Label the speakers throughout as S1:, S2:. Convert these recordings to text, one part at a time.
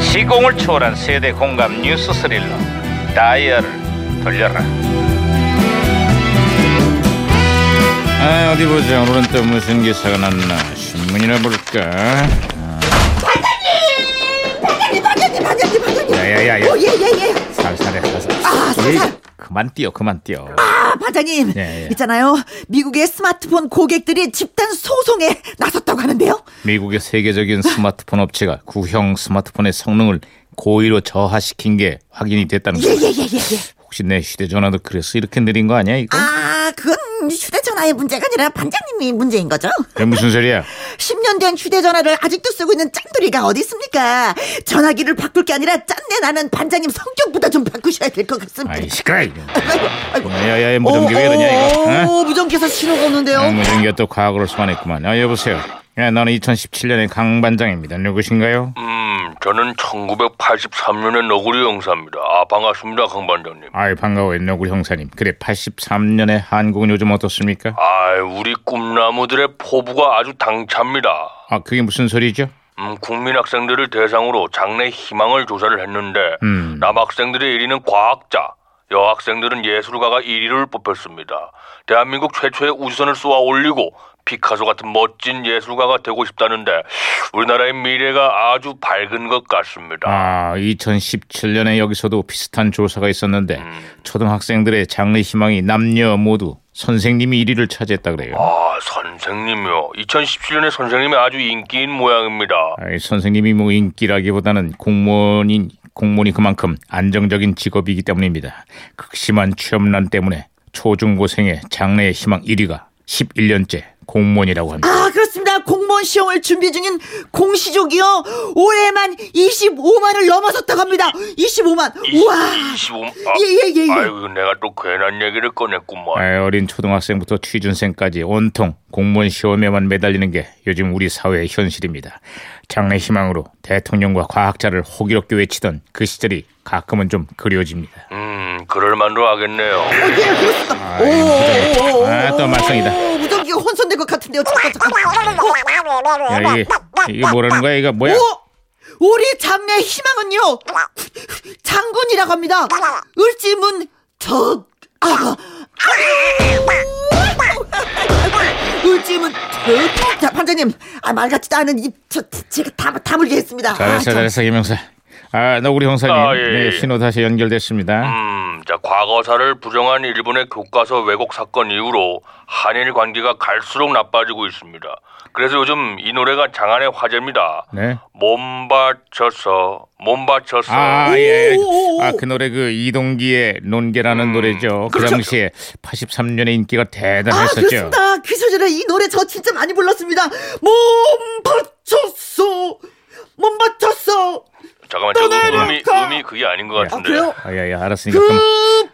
S1: 시공을 초월한 세대 공감 뉴스 스릴러 다이얼을 돌려라 아 어디 보자 오늘은 또 무슨 기사가 났나 신문이나 볼까
S2: 반장님 반장님 반장님 반장님
S1: 야야야야
S2: 어, 예, 예, 예.
S1: 살살해 살살
S2: 아, 살살.
S1: 에이, 그만 뛰어 그만 뛰어
S2: 아, 반장님.
S1: 예, 예.
S2: 있잖아요. 미국의 스마트폰 고객들이 집단 소송에 나섰다고 하는데요.
S1: 미국의 세계적인 스마트폰 업체가 구형 스마트폰의 성능을 고의로 저하시킨 게 확인이 됐다는
S2: 예,
S1: 거
S2: 예, 예, 예, 예.
S1: 혹시 내 휴대전화도 그래서 이렇게 느린 거 아니야 이거?
S2: 아, 그건 휴대전화의 문제가 아니라 반장님이 문제인 거죠.
S1: 이게 무슨 소리야
S2: 10년 된 휴대전화를 아직도 쓰고 있는 짠돌이가 어디 있습니까? 전화기를 바꿀 게 아니라 짠내 나는 반장님 성격부터 좀 바꾸셔야 될 것 같습니다.
S1: 아이 시끄러 이거
S2: 아이고, 아이고.
S1: 야야야 무전기 왜 이러냐 이거 어?
S2: 오, 무전기에서 신호가 오는데요.
S1: 무전기가또뭐 과거를 소환했구만. 아, 여보세요. 예, 나는 2017년의 강 반장입니다. 누구신가요?
S3: 음, 저는 1983년의 너구리 형사입니다. 아, 반갑습니다, 강 반장님.
S1: 아이 반가워요, 노구 형사님. 그래, 83년의 한국은 요즘 어떻습니까?
S3: 아, 우리 꿈나무들의 포부가 아주 당찹니다.
S1: 아, 그게 무슨 소리죠?
S3: 음, 국민 학생들을 대상으로 장래 희망을 조사를 했는데
S1: 음.
S3: 남학생들의 1위는 과학자, 여학생들은 예술가가 1위를 뽑혔습니다. 대한민국 최초의 우주선을 쏘아 올리고 피카소 같은 멋진 예술가가 되고 싶다는데 우리나라의 미래가 아주 밝은 것 같습니다.
S1: 아, 2017년에 여기서도 비슷한 조사가 있었는데 초등학생들의 장래 희망이 남녀 모두 선생님이 1위를 차지했다 그래요.
S3: 아, 선생님이요. 2017년에 선생님이 아주 인기인 모양입니다.
S1: 아이, 선생님이 뭐 인기라기보다는 공무원인 공무원이 그만큼 안정적인 직업이기 때문입니다. 극심한 취업난 때문에 초중고생의 장래의 희망 1위가 11년째 공무원이라고 합니다.
S2: 아 그렇습니다 공무원 시험을 준비 중인 공시족이요 올해만 25만을 넘어섰다고 합니다 25만 우와
S3: 25. 아,
S2: 예, 예, 예, 예.
S3: 아이고, 내가 또 괜한 얘기를 꺼냈구만.
S1: 아이, 어린 초등학생부터 취준생까지 온통 공무원 시험에만 매달리는 게 요즘 우리 사회의 현실입니다. 장래 희망으로 대통령과 과학자를 호기롭게 외치던 그 시절이 가끔은 좀 그리워집니다.
S3: 음, 그럴 만도 하겠네요.
S2: 예 그렇습니다 오오오오
S1: 아, 또 말썽이다.
S2: 무전기가 혼선된 것 같은데요 잠깐 잠깐
S1: 야, 이게, 이게 뭐라는 거야? 이거 뭐야?
S2: 오 우리 장래 희망은요 장군이라고 합니다 을지문 덕 아, 을지문 덕 자, 반장님 아, 말 같지도 않은 입저 제가 다 다물게 했습니다 아,
S1: 잘했어
S2: 참.
S1: 잘했어 김 형사 아 나 우리 형사님
S3: 아, 예,
S1: 네,
S3: 예.
S1: 신호 다시 연결됐습니다
S3: 음, 자, 과거사를 부정한 일본의 교과서 왜곡 사건 이후로 한일 관계가 갈수록 나빠지고 있습니다. 그래서 요즘 이 노래가 장안의 화제입니다.
S1: 네.
S3: 몸 바쳐서, 몸 바쳐서.
S1: 아,
S2: 오,
S1: 예.
S2: 오, 오.
S1: 아, 그 노래 그 이동기의
S3: 음.
S1: 논개라는 노래죠. 그
S2: 그렇죠.
S1: 당시에 83년에 인기가
S2: 아
S1: 대단했었죠.
S2: 그렇습니다 그 소절에 이 노래 저 진짜 많이 불렀습니다 몸 바쳤어 몸 바쳤어
S3: 잠깐만, 저
S2: 떠나려
S3: 음이,
S2: 가.
S3: 음이 그게 아닌 것
S2: 아
S3: 같은데.
S2: 그래요?
S1: 아, 야, 야, 알았으니까 그만.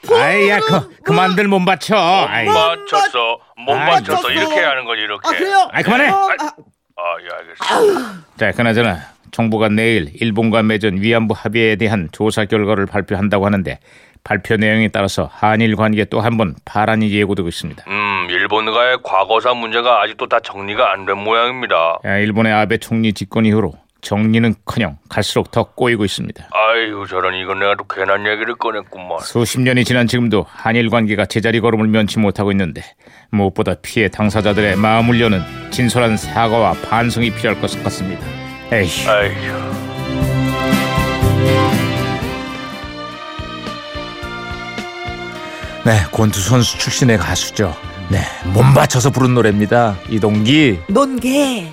S2: 그
S1: 아이, 야, 그, 그만들 못 받쳐. 아이,
S3: 못 맞췄어. 못
S1: 아이,
S3: 맞췄어.
S2: 맞췄어.
S3: 이렇게 하는 거지 이렇게.
S2: 아 그래요?
S1: 아이, 그만해.
S2: 어,
S3: 아,
S2: 아,
S3: 아, 예, 알겠습니다.
S1: 자, 그나저나 정부가 내일 일본과 맺은 위안부 합의에 대한 조사 결과를 발표한다고 하는데 발표 내용에 따라서 한일 관계 또 한 번 파란이 예고되고 있습니다.
S3: 음, 일본과의 과거사 문제가 아직도 다 정리가 안 된 모양입니다.
S1: 야, 일본의 아베 총리 집권 이후로 정리는커녕 갈수록 더 꼬이고 있습니다.
S3: 아이고 저런 이건 내가 또 괜한 얘기를 꺼냈구만.
S1: 수십 년이 지난 지금도 한일 관계가 제자리 걸음을 면치 못하고 있는데 무엇보다 피해 당사자들의 마음을 여는 진솔한 사과와 반성이 필요할 것 같습니다. 에휴.
S3: 아이고.
S1: 네, 권투 선수 출신의 가수죠. 네, 몸 바쳐서 부른 노래입니다. 이동기.
S2: 논개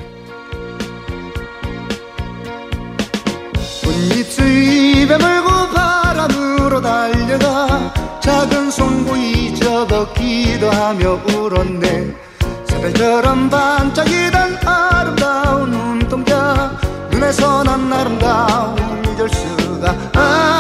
S4: 꽃잎수입에 물고 바람으로 달려가 작은 송구 잊어도 기도하며 울었네 새별처럼 반짝이던 아름다운 눈동자 눈에서 난 아름다움을 잊을 수가